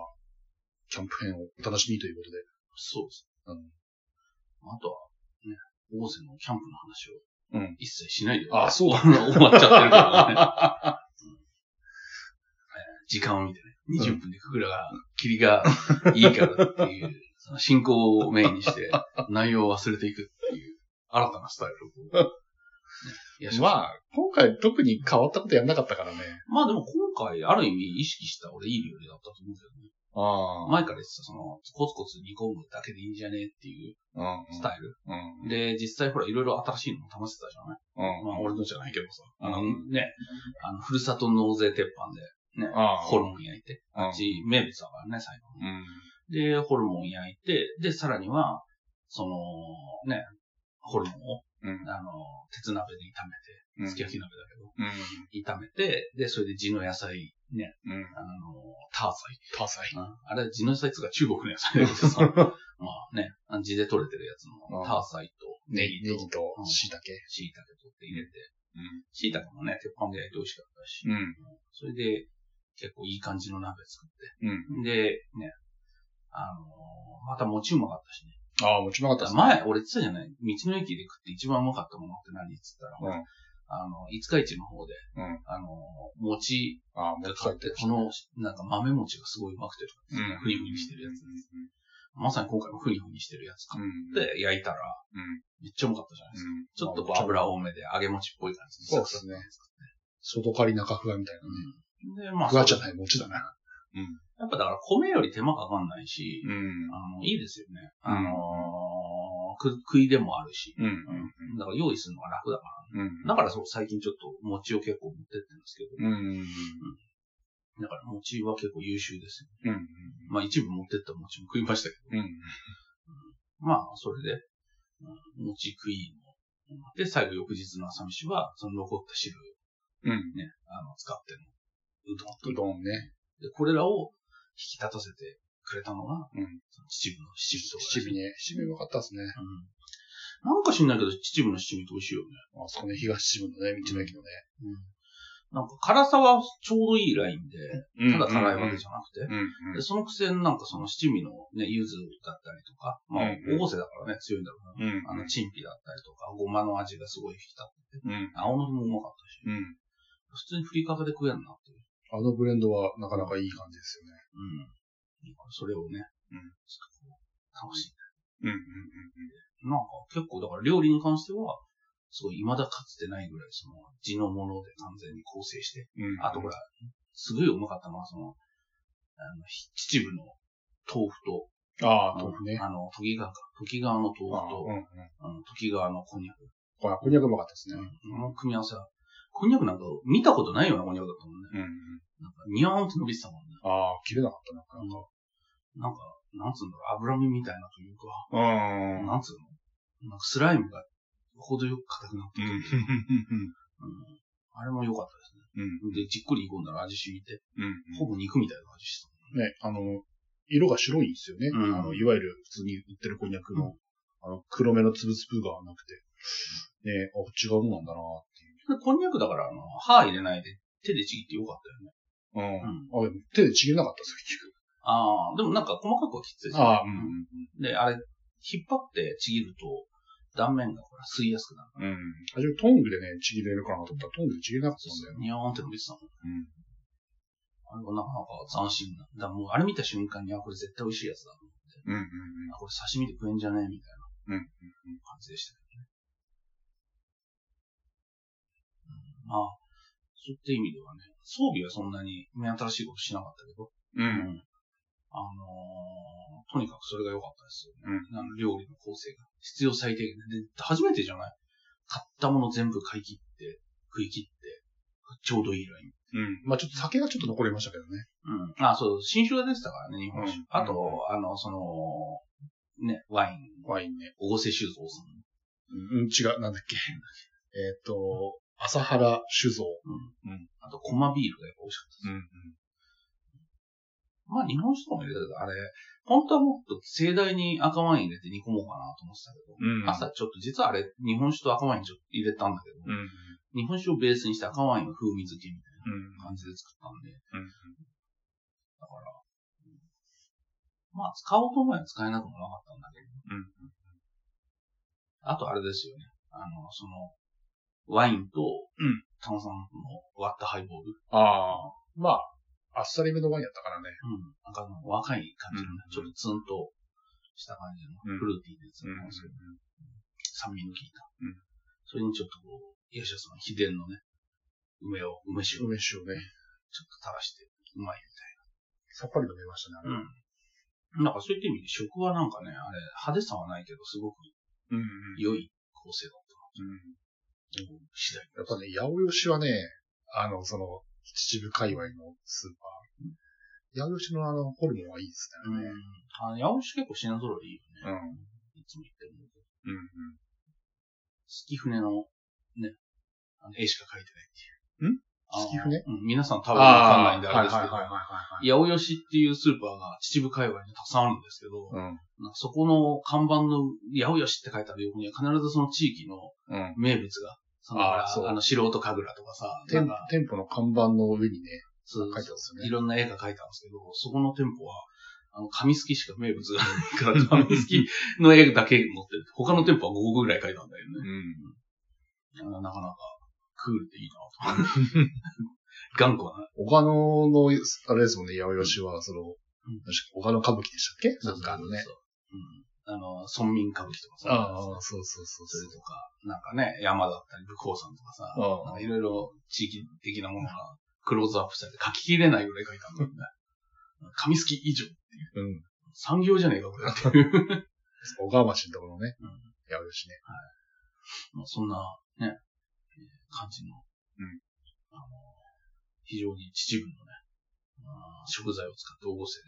S2: キャンプ編をお楽しみということで。
S1: そうです。
S2: うん。
S1: あとは、ね、大勢のキャンプの話
S2: う
S1: を
S2: ん、
S1: 一切しないで、
S2: あそうだ
S1: 終わっちゃってるからね。 うん時間を見てね、20分でくくらが、霧がいいからっていう、その進行をメインにして、内容を忘れていくっていう、新たなスタイ ルをね。いやし
S2: ま
S1: まあ、
S2: あ、今回特に変わったことやんなかったからね。
S1: まあでも今回、ある意味意識した俺いい料理だったと思うけどね。
S2: あ
S1: 前から言ってた、その、コツコツ煮込むだけでいいんじゃねっていう
S2: あ。うん。
S1: スタイル。
S2: うん。
S1: で、実際ほら、いろいろ新しいのも試してたじゃない
S2: うん。
S1: まあ、俺のじゃないけどさ、あの
S2: うん
S1: ね、あの、ふるさと納税鉄板で、
S2: あ
S1: ホルモン焼いて、
S2: うん
S1: あっち名物だからね、最後
S2: うん。
S1: に。で、ホルモン焼いて、で、さらには、その、ね、ホルモンを、
S2: うん。
S1: あの、鉄鍋で炒めて、すき焼き鍋だ
S2: うん。
S1: けど、炒めて、で、それで地の野菜、ね、
S2: うん。
S1: あの、ター
S2: 多 彩。
S1: サイ。うんあれ、地の野菜っつうか中国の野 菜だけどさ、まあね、あの地で採れてるやつ
S2: う
S1: の
S2: ん
S1: ターサイとネ
S2: ネ
S1: ギ
S2: ギ
S1: と、
S2: ネギと
S1: うん
S2: 椎茸。
S1: 椎茸取って入れて、椎茸もね、鉄板で焼いて美味しかったし、
S2: うん。
S1: それで、結構いい感じの鍋作っ
S2: うん。う
S1: て。
S2: ん。
S1: で、ね、あのーまた餅うまかったしね。
S2: ああ、もちろんなかったっすね
S1: 前、俺言ってたじゃない道の駅で食って一番うまかったものって何って言ったら、
S2: うん
S1: あの、五日市の方で、
S2: うん
S1: あのー餅
S2: ああ、も
S1: が
S2: う
S1: 買
S2: 帰
S1: っ
S2: ってて、
S1: この、なんか豆餅がすごいうまくてとか、
S2: うん。
S1: ふにふにしてるやつです。まさに今回もふにふにしてるやつ買
S2: う
S1: っ
S2: ん。
S1: て焼いたら、
S2: うん、
S1: めっちゃうまかったじゃないですか。
S2: うん。
S1: ちょっとこう油多めで揚げ餅っぽい感じ
S2: そうですね。外刈り中ふわみたいなね。
S1: うん。で、まあ、
S2: ふわじゃない、餅だな。
S1: やっぱだから米より手間かかんないし、
S2: うん。
S1: あの、いいですよね。
S2: うん
S1: あのーく食いでもあるし。
S2: うん。
S1: だから用意するのが楽だから。
S2: うん。
S1: だからそう、最近ちょっと餅を結構持ってってるんですけど。
S2: うん。
S1: だから餅は結構優秀ですよ。
S2: うん。
S1: まあ一部持ってった餅も食いましたけど。
S2: うん。
S1: まあ、それで、うん餅食いの。で、最後翌日の朝飯は、その残った汁
S2: うん。
S1: ね、あの、使っての、うどんと
S2: うどんね。
S1: で、これらを引き立たせてくれたのが、
S2: うん
S1: その秩父の七味とかですね
S2: 七味ね。七味よかったですね。
S1: うん。なんか知んないけど、秩父の七味って美味しいよね。
S2: あそこね、東七分のね、道の駅のね。
S1: なんか辛さはちょうどいいラインで、ただ辛いわけじ
S2: ゃ
S1: ゃなくて、
S2: ん。うん。
S1: でそのくせになんかその七味のね、柚子だったりとか、まあ
S2: うん、うん
S1: 大瀬だからね、強いんだろうな。あ
S2: うん。
S1: の、チンピだったりとか、ごまの味がすごい引き立ってて、
S2: うん。
S1: 青のりもうまかったし、
S2: うん。
S1: 普通に振りかけで食えるなっていう。
S2: あのブレンドはなかなかいい感じですよ
S1: うん。
S2: ね。
S1: それをね、
S2: う
S1: ちょ
S2: ん
S1: っとこう、楽しい。
S2: うん。うん。
S1: なんか結構、だから料理に関しては、すごい未だかつてないぐらい、その、地のもので完全に構成して、
S2: うん。うん。
S1: あとほら、すごいうまかったのは、その、あの、ひ秩父の豆腐と、
S2: ああ、豆腐ね。
S1: あの、時川か。時川の
S2: あ
S1: 豆腐
S2: あ、うん。
S1: と、
S2: うん。
S1: あの、時川のこんにゃく。
S2: これ、こんにゃくうまかったですね。
S1: この組み合わせは、こんにゃくなんか見たことないようなこんにゃくだったもんね。
S2: うん。
S1: なんか、にゃーんって伸びてたもんね。
S2: ああ、切れなかったな。
S1: なんか、なんか、なんつうんだろう、脂身みたいなというか、
S2: うん。
S1: なんつうのなんかスライムが程よく硬くなって
S2: う
S1: て、
S2: ん。
S1: うんあれも良かったですね。
S2: うん。
S1: で、じっくり煮込んだら味染みて、
S2: うん。
S1: ほぼ肉みたいな味して
S2: ね、あの、色が白いんですよね。
S1: うん
S2: あの、いわゆる普通に売ってるこんにゃくの、あの、黒目のつぶつぶがなくて。ね、あ、違うもんなんだなっていう。
S1: た。でこんにゃくだから、あの、歯入れないで手でちぎってよかったよね。
S2: うん。
S1: ん
S2: あ、でも手でちぎれなかったです
S1: ああ、でもなんか細かくは切ってた
S2: よ、
S1: じゃん。
S2: 結局。ああ、
S1: で、あ
S2: うん。
S1: れ、引っ張ってちぎると、断面がほら吸いやすくなるから。
S2: うん。初めトングでね、ちぎれるかなと思ったら、トングでちぎれなかったんだよね。
S1: ニャーンって伸びてたもん。
S2: うん。
S1: あれはなかなか斬新な。だからもうあれ見た瞬間に、あ、これ絶対美味しいやつだ。
S2: うんうん
S1: あ、これ刺身で食えんじゃねえみたいな。
S2: うんうん
S1: 感じでしたけどね。うん、まあ、そういった意味ではね、装備はそんなに目新しいことしなかったけど、
S2: うん。う。
S1: うんんあのーとにかくそれが良かったですよね。あの料理の構成が。必要最低限で。で初めてじゃない買ったもの全部買い切って、食い切って、ちょうどいいライン。
S2: うん。まあちょっと酒がちょっと残りましたけどね。
S1: うん。あ、そう、新酒が出てたからね、日本酒。
S2: うん
S1: あと、あの、その、ね、ワイン。
S2: ワインね。
S1: おごせ酒造さん。
S2: うん、うん違う、なんだっけ。えっ、と、朝原酒造。
S1: うん。
S2: うん
S1: あと、コマビールがやっぱ美味しかったです。
S2: ん。
S1: まあ、日本酒とかも入れたけど、あれ、本当はもっと盛大に赤ワイン入れて煮込もうかなと思ってたけど、
S2: うん。
S1: 朝ちょっと実はあれ、日本酒と赤ワインちょっと入れたんだけど、
S2: うん。うん。
S1: 日本酒をベースにした赤ワインの風味付けみたい
S2: うん
S1: な。感じで作ったんで、
S2: うん
S1: だから、うんまあ、使おうと思えば使えなくもなかったんだけど、
S2: うん
S1: あとあれですよね、あの、その、ワインと
S2: うん、
S1: 炭酸の割ったハイボール、
S2: ああ。まあ、あっさりめのワインやったからね。
S1: うん。なんかあの若い感じのね、
S2: うん
S1: ちょっとツンとした感じ
S2: う
S1: の
S2: ん
S1: フルーティーなやつなんですけど、酸味の効いた。
S2: うん
S1: それにちょっとこう、吉田さん秘伝のね、梅を、梅酒をちょっ
S2: 梅酒を
S1: と
S2: ね、
S1: 垂らして、うまい
S2: さっぱり飲めました
S1: みたい
S2: ね、
S1: な。うん。なんかそういった意味で食はなんかね、あれ、派手さはないけど、すごく
S2: あれ。うん。
S1: 良い構成だっ
S2: う
S1: た
S2: ん。
S1: な。次第。
S2: やっぱね、八百吉はね、あの、その、秩父界隈のスーパー。八百吉のあの、ホルモンはいいです
S1: う
S2: ね。
S1: ん。あの、八百酒結構品揃いいいよ
S2: う
S1: ね。
S2: ん。
S1: いつも言ってるんだけど。
S2: うん。
S1: 月船の、ね、あの絵しか描いてないっていう。
S2: ん月船
S1: あのうん皆さん多分わかん
S2: あ
S1: ない
S2: あ
S1: ん
S2: ー、
S1: で
S2: は
S1: あれ
S2: いはい
S1: です
S2: はい
S1: け
S2: はい
S1: ど、
S2: はい。
S1: 八百吉っていうスーパーが秩父界隈にたくさんあるんですけど、
S2: うん。
S1: なんかそこの看板の八百吉って書いてある横には必ずその地域の
S2: うん。
S1: 名物が、その
S2: あーそう
S1: あの素人神楽とかさ、なん
S2: 店
S1: か
S2: 店舗の看板の上にね、
S1: そう
S2: 書いてあるんですよね
S1: い。ろんな絵が描いてあるんですけど、そこの店舗は、あの、紙すきしか名物がないから、 紙すきの絵だけ持ってる。他の店舗は5個ぐらい描いたんだよね。
S2: うん。
S1: あのなかなか、クールでいいなと。頑固な。
S2: 小鹿野の、あれですもんね、八百吉は、その、
S1: ん
S2: 小鹿野歌舞伎でしたっけなんかあのね。
S1: そう。うん。あの、村民歌舞伎とかさ、
S2: ああ、そうそうそ
S1: そ
S2: うそ
S1: れとか、なんかね、山だったり、武甲山とかさ、
S2: う。
S1: なん
S2: あ
S1: かいろいろ地域的なものがクローズアップされて書ききれないぐらい書いたんだよね。紙すき以上。
S2: うん。
S1: 産業じゃねえか、これっていう。
S2: 小川町のところのね、
S1: うん
S2: 八百吉ね。
S1: まあ、そんな、ね、えー感じの、
S2: うん
S1: あの、非常に秩父のね、あー食材を使って大合成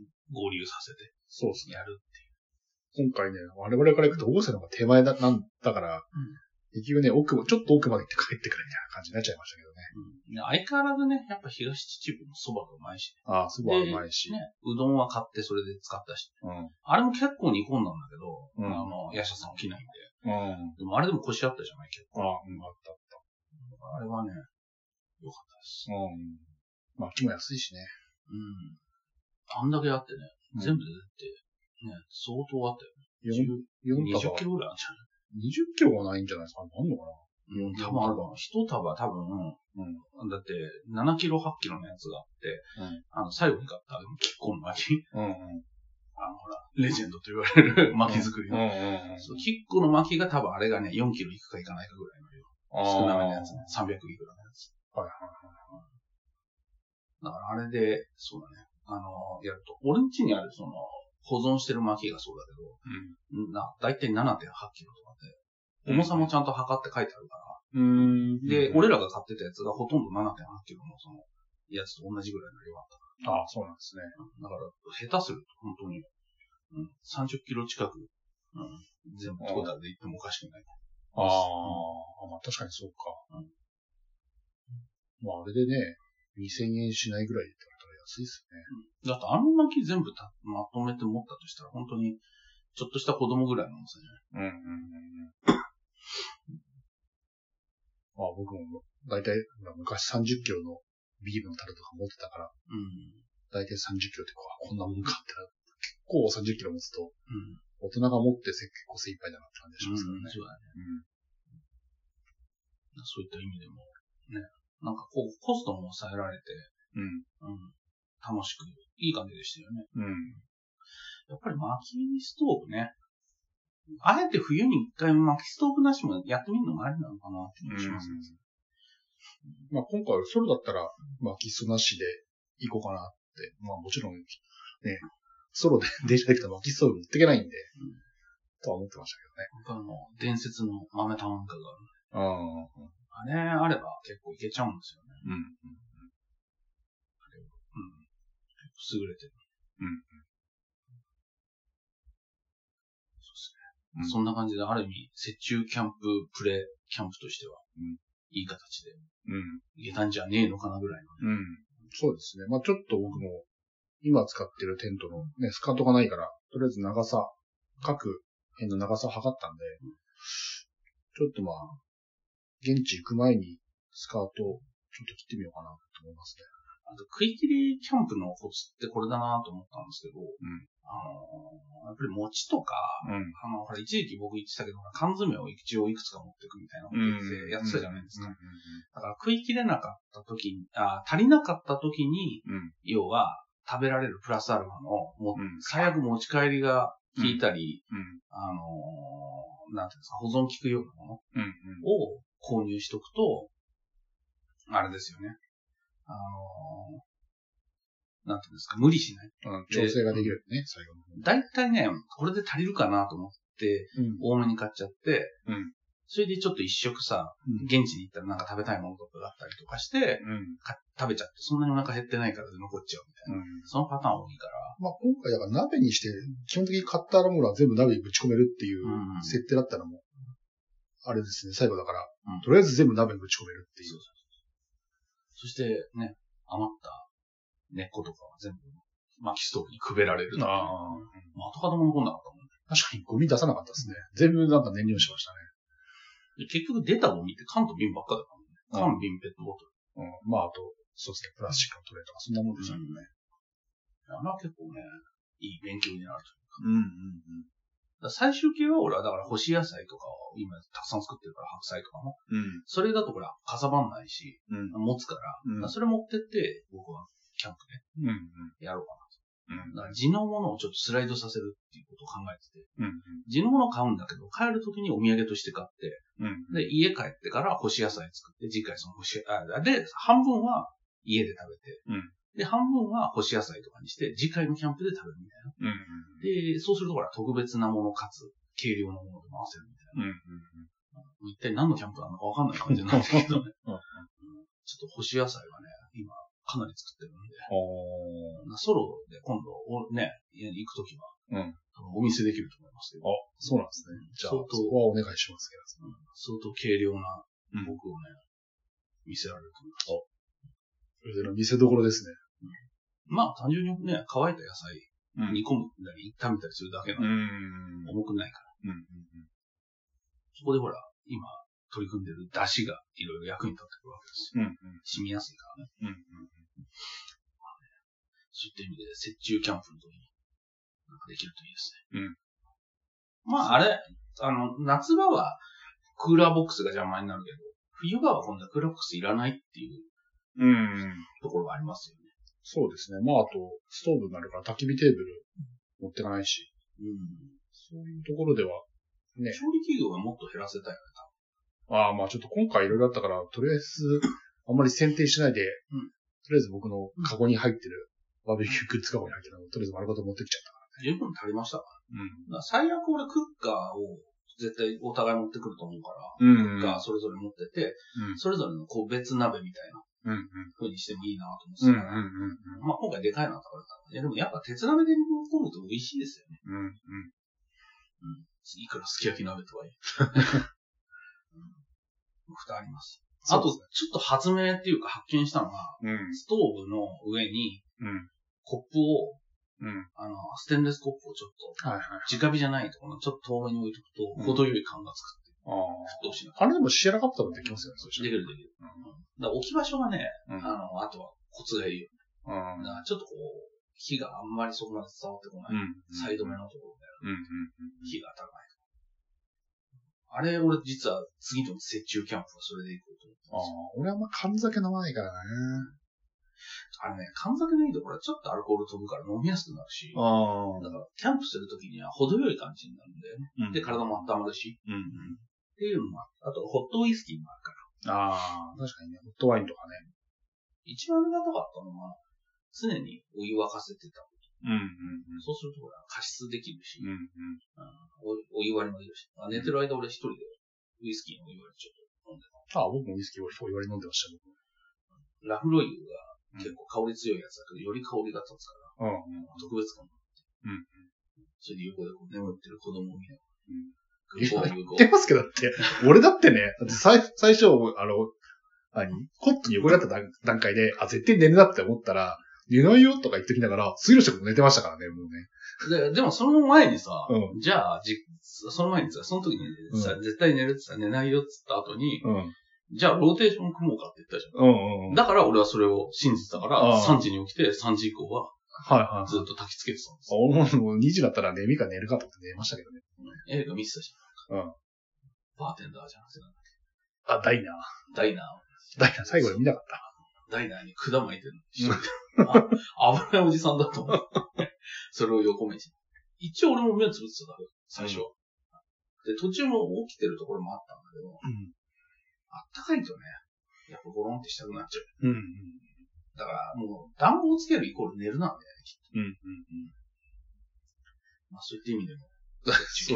S1: で合流させて
S2: そうですね。
S1: やる。
S2: 今回ね、我々から行くと、大瀬の方が手前だ、なんだから、結局ね、奥も、ちょっと奥まで行って帰ってくるみたいな感じになっちゃいましたけどね。
S1: うんで相変わらずね、やっぱ東秩父の蕎麦がうまいし
S2: ああ、そばはうまいし。
S1: ね、ね、うどんは買ってそれで使ったし、
S2: うん。
S1: あれも結構煮込んだんだけど、
S2: うん
S1: あの、ヤシャさん起きないんで。
S2: うん。あ
S1: でもあれでも腰あったじゃない結構。
S2: あ、うん、あったあっ
S1: あれはね、良かったです。
S2: た。うん。まあ、木も安いしね。
S1: うん。あんだけあってね、
S2: うん
S1: 全部でだって、ね、相当あったよ。
S2: 4、四
S1: 20
S2: 束
S1: キ。ロぐらいあるんじゃない
S2: 20キロはないんじゃないですか。なんのか
S1: うん、多分あるかな。一束多分、
S2: なうん。
S1: だって、7キロ、8キロのやつがあって、
S2: うん
S1: あの、最後に買った、キッコンの巻き、
S2: うんうん。
S1: あの、ほら、レジェンドと言われる巻き作り
S2: うんう
S1: の。
S2: んうん。
S1: そうキッコンの巻きが多分あれがね、4キロいくかいかないかぐらいの量。少なめのやつね。300いくらのやつ。
S2: はいはい
S1: はい。だからあれで、そうだね。あの、やると、俺ん家にあるその、保存してる巻きがそうだけど、な、だいたい7.8キロとかで、重さもちゃんと測って書いてあるから、
S2: うん。うん。
S1: で、、俺らが買ってたやつがほとんど7.8キロのその、やつと同じぐらいの量だった
S2: ああ、そうなんですね。
S1: から。だから、下手すると本当に、うん、30キロ近く、うん、全部トータルでいってもおかしくない。
S2: ああ、まあ確かにそうか。まああれでね、2000円しないぐらいだったら安いですね。
S1: だってあの巻き全部たまとめて持ったとしたら、本当に、ちょっとした子供ぐらいの重さじゃない
S2: うんうんうんうん。まあ僕も、だいたい昔30キロのビールの樽とか持ってたか
S1: う
S2: ら、
S1: ん。
S2: だいたい30キロってこうこんなもんかってなる。結構30キロ持つと、
S1: うん。
S2: 大人が持ってせ結構精一杯だなって感じがしますからね。
S1: そうだね。
S2: うん
S1: そういった意味でも、ね。なんかこう、コストも抑えられて、うん。楽しく、いい感じでしたよね。
S2: うん。うん。
S1: やっぱり薪ストーブね。あえて冬に一回薪ストーブなしもやってみるのもありなのかなって気がしますね。
S2: まあ今回はソロだったら、まあキスなしで行こうかなって。まあもちろん、ね、ソロで電車で来たら巻きストーブ持っていけないんで、とは思ってました
S1: 僕はもう伝説の豆タウンカが
S2: けどね。
S1: あるんで。あれあれば結構いけちゃうんですよね。
S2: うん。う
S1: う
S2: ん。
S1: ん。結構優れてる。
S2: うんうん
S1: そうですね。
S2: うん
S1: そんな感じで、ある意味、雪中キャンプ、プレキャンプとしては、
S2: うん
S1: いい形で
S2: うん。
S1: いけたんじゃねえのかなぐらいの。
S2: うん。そうですね。まあちょっと僕も、今使ってるテントのね、スカートがないから、とりあえず長さ、各辺の長さを測ったんで、ちょっとまあ、現地行く前にスカートをちょっと切ってみようかなと思いますね。
S1: あと、食い切りキャンプのコツってこれだなと思ったんですけど、
S2: ん
S1: あのーやっぱり餅とか、
S2: うん。
S1: あの、ほら、一時期僕言ってたけど、ほら缶詰を一応いくつか持っていくみたいなこと言ってやってたじゃないですか。だから食い切れなかった時に、あ足りなかった時に、
S2: うん。うん。
S1: 要は食べられるプラスアルファの、もう
S2: うん
S1: 最悪持ち帰りが効いたり、
S2: うん。
S1: あのーなんていうんですか、保存効くようなも
S2: うん。
S1: のを購入しとくと、あれですよね。あのーなんていうんですか、無理しない。
S2: うん。調整ができるね、最後の方。
S1: だいたいね、これで足りるかなと思って、
S2: うん。
S1: 多めに買っちゃって、
S2: うん
S1: それでちょっと一食さ、
S2: うん
S1: 現地に行ったらなんか食べたいものとかがあったりとかして、
S2: うん。
S1: か食べちゃって、そんなにお腹減ってないから残っちゃうみたいな。そのパターン多いから、
S2: まあ今回だから鍋にして、基本的に買ったものは全部鍋にぶち込めるっていう
S1: うん
S2: 設定だったらもう、あれですね、最後だから
S1: うん、
S2: とりあえず全部鍋にぶち込めるってい
S1: そうう。そしてね、余った根っことかは全部薪ストーブにくべられるとか。
S2: あ
S1: まあ、とかども残んなかったもんね。
S2: 確かにゴミ出さなかったですね。全部なんか燃料しましたね。
S1: で結局出たゴミって缶と瓶ばっかだからね。缶、瓶、ペットボトル。
S2: うん。まああと、そうですね、プラスチックのトレーとか、そんなもんでしたね。
S1: あれは結構ね、いい勉強になるというか。
S2: うんうん
S1: だから最終形は俺はだから干し野菜とかを今たくさん作ってるから白菜とかも。
S2: うん。
S1: それだとほら、かさばんないし、
S2: うん。うん。
S1: 持つから、
S2: う
S1: だ
S2: ん
S1: からそれ持ってって、僕はキャンプね、
S2: うん。
S1: やろうか
S2: うん
S1: な。だから地のものをちょっとスライドさせるっていうことを考えてて、
S2: うん。
S1: 地のものを買うんだけど、買える時にお土産として買って、
S2: うん
S1: で、家帰ってから干し野菜作って、次回その干し、あ、で、半分は家で食べて、
S2: うん
S1: で、半分は干し野菜とかにして、次回のキャンプで食べるみたいな。
S2: うん。
S1: で、そうするとほら、特別なものかつ、軽量なものと合わせるみたいな。
S2: うん。
S1: もう一体何のキャンプなのかわかんない感じなんですけどね。 ちょ
S2: うん
S1: っと干し野菜はね、今、かなり作ってるんで、
S2: おー。
S1: ソロで今度お、ね、家に行くときは、
S2: うん
S1: 多分お見せできると思いますけど、
S2: あ、そうなんですね。じゃあ、
S1: 相
S2: そ
S1: 当
S2: こはお願いしますけど。
S1: うん相当軽量な
S2: うん
S1: 僕をね、見せられると思います。
S2: 腕の見せどころですね。
S1: まあ、単純にね、乾いた野菜、
S2: う
S1: 煮込んだり、炒めたりするだけな
S2: うん
S1: で、
S2: ん。
S1: 重くないから。
S2: うん。
S1: そこでほら、今、取り組んでる出汁がいろいろ役に立ってくるわけですよ。
S2: うん。うん。
S1: 染みやすいからね。
S2: うん。
S1: そういった意味で、雪中キャンプの時に、なんかできるといいですね。
S2: うん。
S1: まあ、あれ、あの、夏場は、クーラーボックスが邪魔になるけど、冬場は今度はクーラーボックスいらないっていう
S2: うん。
S1: ところがありますよね。
S2: そうですね。まあ、あと、ストーブになるから焚き火テーブル持ってかないし、
S1: うん。
S2: そういうところでは、ね。
S1: 調理器具はもっと減らせたいよね、
S2: ああ、まあちょっと今回いろいろあったから、とりあえず、あんまり選定しないで、
S1: うん
S2: とりあえず僕のカゴに入ってる、バーベキューグッズカゴに入ってるのをとりあえず丸ごと持ってきちゃったか。
S1: 多分十分足りましたからら。だから最悪俺クッカーを絶対お互い持ってくると思うから、
S2: うん。
S1: クッカーそれぞれ持ってて、それぞれのこう別鍋みたいな
S2: うん。うん。
S1: 風にしてもいいなと思って
S2: うん。う
S1: た
S2: ん。うん。
S1: から、まあ今回でかいのは食べたから。いやでもやっぱ鉄鍋で煮込むと美味しいですよね。
S2: うん。うん。
S1: いくらすき焼き鍋とはい え。うん。蓋あります。あ
S2: そう
S1: と、
S2: で
S1: ちょっと発明っていうか発見したのが、
S2: うん。
S1: ストーブの上に
S2: うん。
S1: コップを、
S2: うん。
S1: あの、ステンレスコップをちょっと、
S2: はいはい。
S1: 直火じゃないところのちょっと遠めに置いとくと、程よい感がつくっていう。
S2: あ
S1: 沸騰しなく。
S2: あ。あれでもシエラカップとかできますよね、そし
S1: で
S2: て
S1: きるできる。
S2: うん
S1: だから置き場所がね、
S2: う
S1: あ
S2: ん。
S1: の、あとはコツがいるよ。
S2: うん。
S1: だからちょっとこう、火があんまりそこまで伝わってこない。サイド目のところで
S2: うん。うん。
S1: 火が当たらないとか。あれ、俺実は次の雪中キャンプはそれで行こうと思って
S2: あ
S1: ま
S2: あ
S1: すよ。、
S2: 俺はあんま缶酒飲まないからね。
S1: あのね、缶酒のいいところはちょっとアルコール飛ぶから飲みやすくなるし、だ
S2: あ
S1: からキャンプするときには程よい感じになるんだよね。
S2: あ
S1: で、体も温まるし、
S2: うん。うん。
S1: っていうのもあってあとホットウイスキーもあるから。
S2: ああ、確かにね、ホットワインとかね。
S1: 一番ありがたかったのは、常にお湯沸かせてた。
S2: うん。うん。
S1: そうするとほら、加湿できるし、
S2: うん。
S1: おお湯割りもできるし、あ寝てる間俺一人でウイスキーのお湯割りちょっと飲んでた。
S2: ああ、僕もウイスキーをお湯割り飲んでました
S1: ラフロイユが結構香り強いやつだけど、より香りが立つから、
S2: 僕。うん。
S1: 特別感があって。うん。それで横でこう眠ってる子供を見ながら。グ
S2: 言
S1: ゴ
S2: っ
S1: ー
S2: てますけど、だって、俺だってね、だって最最初、あの、何コットに横になった段段階で、あ、絶対寝るなって思ったら、寝ないよとか言っときながら、杉下君も寝てましたからね、もうね。
S1: グゴ ーででもその前にさ、
S2: う
S1: じゃあ、じその前にさ、その時にさ、絶対寝るってさ、寝ないよって言った後に、
S2: うん。
S1: じゃあローテーション組もうかって言ったじゃん。
S2: うんうんうん。はい
S1: だから俺はそれを信じてたから、
S2: ああ
S1: 3時に起きて3時以降は
S2: は
S1: ずっと焚き付けてたんですよ。
S2: い。俺ももう2時だったら寝みか寝るかと思って寝ましたけどね。
S1: 映画見てたじゃん。
S2: うん。
S1: バーテンダーじゃなくて、
S2: あ、ダイナー。
S1: ダイナ
S2: ダイナー最後に見なかった。
S1: ー、ダイナーに管巻いてるの。あ危ないおじさんだと思って。それを横目に。一応俺も目をつぶってただけ最初は。で、途中も起きてるところもあったんだけど、あったかいとね、やっぱゴロンってしたくなっちゃう。
S2: うん。うん。
S1: だからもう暖房つけるイコール寝るなんだよね、きっ
S2: うん。うん。
S1: と。まあそういった意味でも。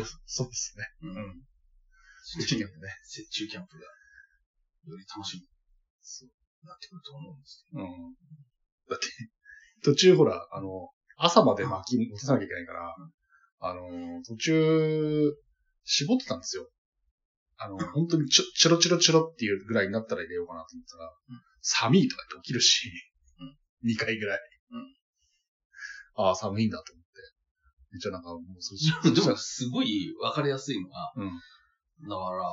S2: そう、そうですね。
S1: うん
S2: ん。
S1: 雪
S2: ね
S1: が。雪中キャンプが、より楽しみになってくると思うんです
S2: うん。だって、途中ほら、あの、朝まで巻き戻さなきゃいけないから、あの、途中、絞ってたんですよ。あの、本当にちょ、チロチロチロっていうぐらいになったら入れようかなと思ったら、
S1: うん
S2: 寒いとかって起きるし、
S1: うん
S2: 2回ぐらい。
S1: うん
S2: ああ、寒いんだと思って。じゃあなんか、もうそし
S1: けど。でも、
S2: そし
S1: すごいわかりやすいのが、
S2: たらうん。
S1: だから、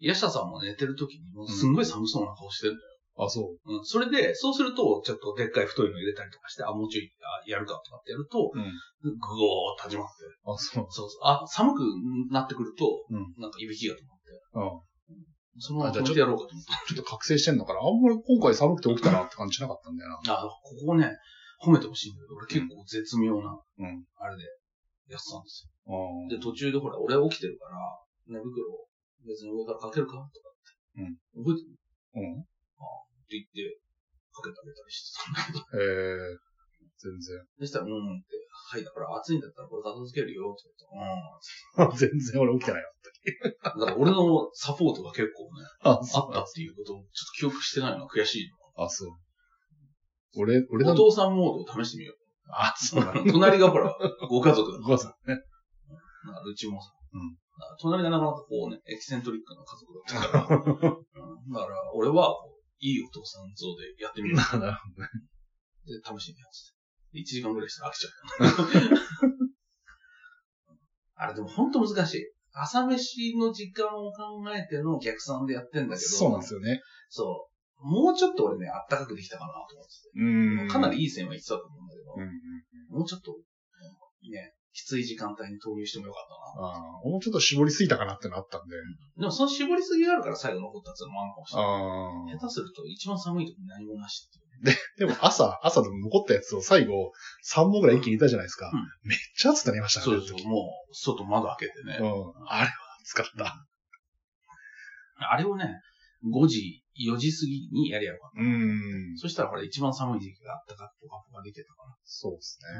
S1: ヤシャさんも寝てる時にもうすんごい寒そうな顔してるのよ。
S2: あ、そ
S1: うん。それで、そうすると、ちょっとでっかい太いの入れたりとかして、あ、もうちょいあやるかとかってやると、
S2: う。うん。
S1: グゴーって始まって。
S2: あ、そう。
S1: そうそう。あ、寒くなってくると、
S2: うん
S1: なんかいびきが止まって、
S2: うん。
S1: そのまま
S2: あじゃ
S1: 止
S2: あ
S1: めてやろうかと思っ
S2: ちょっと覚醒してんのかなあんまり今回寒くて起きたなって感じしなかったんだよな。
S1: た。あ、ここをね、褒めてほしいんだけど、俺結構絶妙な、
S2: うん。
S1: あれで、やってたんですよ。
S2: あ
S1: で、途中でほら、俺起きてるから、寝袋を別に上からかけるかとかって。うん。覚えてる
S2: あ。うん。
S1: って言って、かけてあげたりしてたんだけど。
S2: えー、全然。
S1: そ したら、うんうんって、はい、だから暑いんだったらこれ片付けるよって言った
S2: 全然俺起きてないわ。
S1: うん。だから俺のサポートが結構ね、
S2: あ、
S1: あったっていうことをちょっと記憶してないのは悔しい
S2: た。あ、そう。俺、俺
S1: の。
S2: な
S1: お
S2: んだ。
S1: 父さんモードを試してみよう。
S2: あ、そうだ。
S1: 隣がほら、ご家族だ
S2: お
S1: から
S2: 母さんね。
S1: だからうちもさ。
S2: うん
S1: だから隣がなかなかこうね、エキセントリックな家族だった から。うん、だから俺はこう、いいお父さん像でやってみよう。
S2: なるほどね。
S1: で、試してみようっつって。1時間ぐらいしたら飽きちゃ った。あれでも本当難しい。朝飯の時間を考えての逆算でやってんだけど。
S2: そうなんですよね。
S1: そう。もうちょっと俺ね、あったかくできたかなと思ってて。
S2: うん
S1: かなりいい線はいってたと思うんだけど、
S2: うんうん。
S1: もうちょっと、ね、きつい時間帯に投入してもよかったな。
S2: ああ、もうちょっと絞りすぎたかなってのあったんで。
S1: でもその絞りすぎがあるから最後残ったっていうのもあるかもしれない。
S2: ああ。
S1: 下手すると一番寒い時に何もなしっていうね。
S2: でも朝、朝でも残ったやつを最後、3本ぐらい一気に入れたじゃないですか。
S1: うん
S2: めっちゃ暑くなりましたね。
S1: そうそう、もう外窓開けてね。
S2: うん。あれは暑かった。
S1: あれをね、5時、4時過ぎにやりゃよかっ
S2: うん
S1: た。。そしたらほら一番寒い時期があったかくポカポカできてたか
S2: そうですね。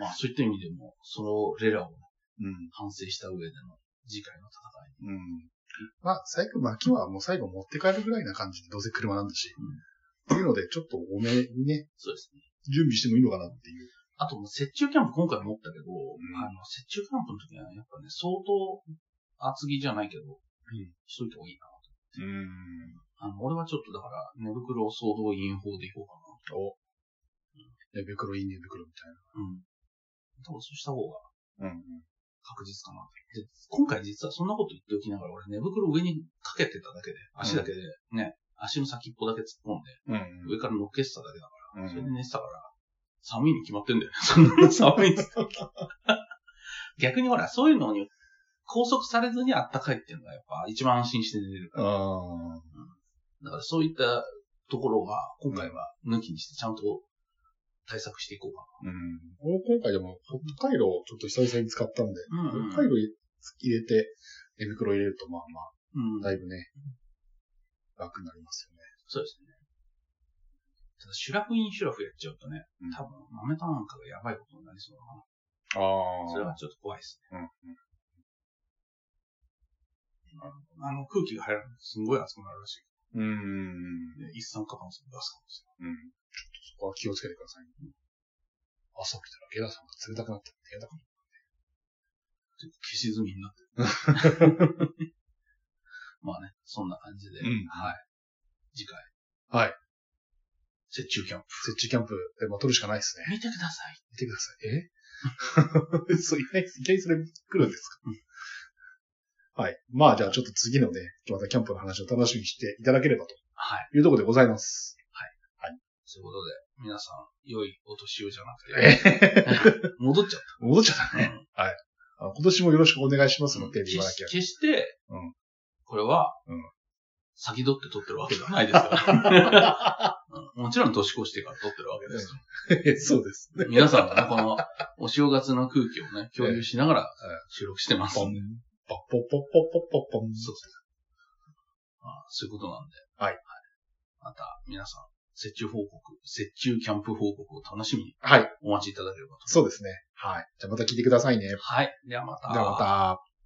S1: ら。まあそういった意味でも、それらを
S2: うん。
S1: 反省した上での次回の戦い。
S2: うん。まあ、最後、巻きはもう最後持って帰るぐらいな感じで、どうせ車なんだし。っていうので、ちょっと多めにね、
S1: そうですね。
S2: 準備してもいいのかなっていう。
S1: あともう雪中キャンプ今回持ったけど、
S2: ん
S1: あの、雪中キャンプの時はやっぱね、相当厚着じゃないけど、
S2: ん
S1: しといた方がいいな。
S2: うん。
S1: あの、俺はちょっとだから、寝袋を総動員法でいこうか
S2: お。寝袋いい寝袋みたい
S1: な。うん。多分そうした方が
S2: な。うん。
S1: 確実かなと。で、今回実はそんなこと言っておきながら、俺寝袋上にかけてただけで、足だけで、ね、足の先っぽだけ突っ込んで、
S2: うん。
S1: 上から乗っけてただけだから、
S2: うん
S1: それで寝てたから、寒いに決まってんだよね。 そんなの 寒いっつって。逆にほら、そういうのに拘束されずにあったかいっていうのがやっぱ一番安心して寝れるから。
S2: あ
S1: だからそういったところは、今回は抜きにしてちゃんと対策していこうか
S2: ーうん。俺今回でも、北海道をちょっと久々に使ったんで、
S1: な。うん、うん。
S2: 北海道入れて、寝袋入れると、まあま
S1: うん
S2: あ、。だいぶね、楽になりますよね。
S1: そうですね。ただ、シュラフインシュラフやっちゃうとね、
S2: うん
S1: 多分、豆炭なんかがやばいことになりそうだな。それ
S2: あ
S1: はちょっと怖いですね。
S2: うんうん
S1: あの、空気が入らないとすんごい熱くなるらしい。
S2: ー。うん。
S1: で、一酸化炭素を出すかもし
S2: うん。ちょっとそこは気をつけてください。朝起きたらゲラさんが冷たくなってて、嫌だか
S1: れない。消し済みになってる。 まあね、そんな感じで、
S2: うん
S1: はい。次回。
S2: はい。
S1: 雪中キャンプ。
S2: ら。設置キャンプで、まあ、撮るしかないですね。
S1: 見てください。
S2: 見てください。えそう、いきなり、いきなりそれ来るんですかはい。まあ、じゃあちょっと次のね、またキャンプの話を楽しみにしていただければと
S1: はい。
S2: いうところでございます。
S1: そういうことで、皆さん、良いお年をじゃなくて、
S2: え
S1: 戻っちゃっ
S2: 戻っちゃった
S1: た。
S2: ね。
S1: うん
S2: あの今年もよろしくお願いしますので、
S1: 決
S2: 言わな
S1: し
S2: きゃ。
S1: 決して、
S2: うん
S1: これは、
S2: うん
S1: 先取って取ってるわけではないですから。 うんもちろん年越してから取ってるわけですか
S2: そうですね
S1: ら。。皆さんがね、このお正月の空気をね、共有しながら収録してます
S2: ポ
S1: ん
S2: ン
S1: で。、
S2: ポッポッポッポッポッポッポン。
S1: そうまあそういうことなんで。
S2: はい
S1: また、皆さん、雪中報告、雪中キャンプ報告を楽しみに
S2: はい。
S1: お待ちいただければと。
S2: そうですね。はい。じゃあまた聞いてくださいね。で
S1: はい。ではまた。
S2: はまた。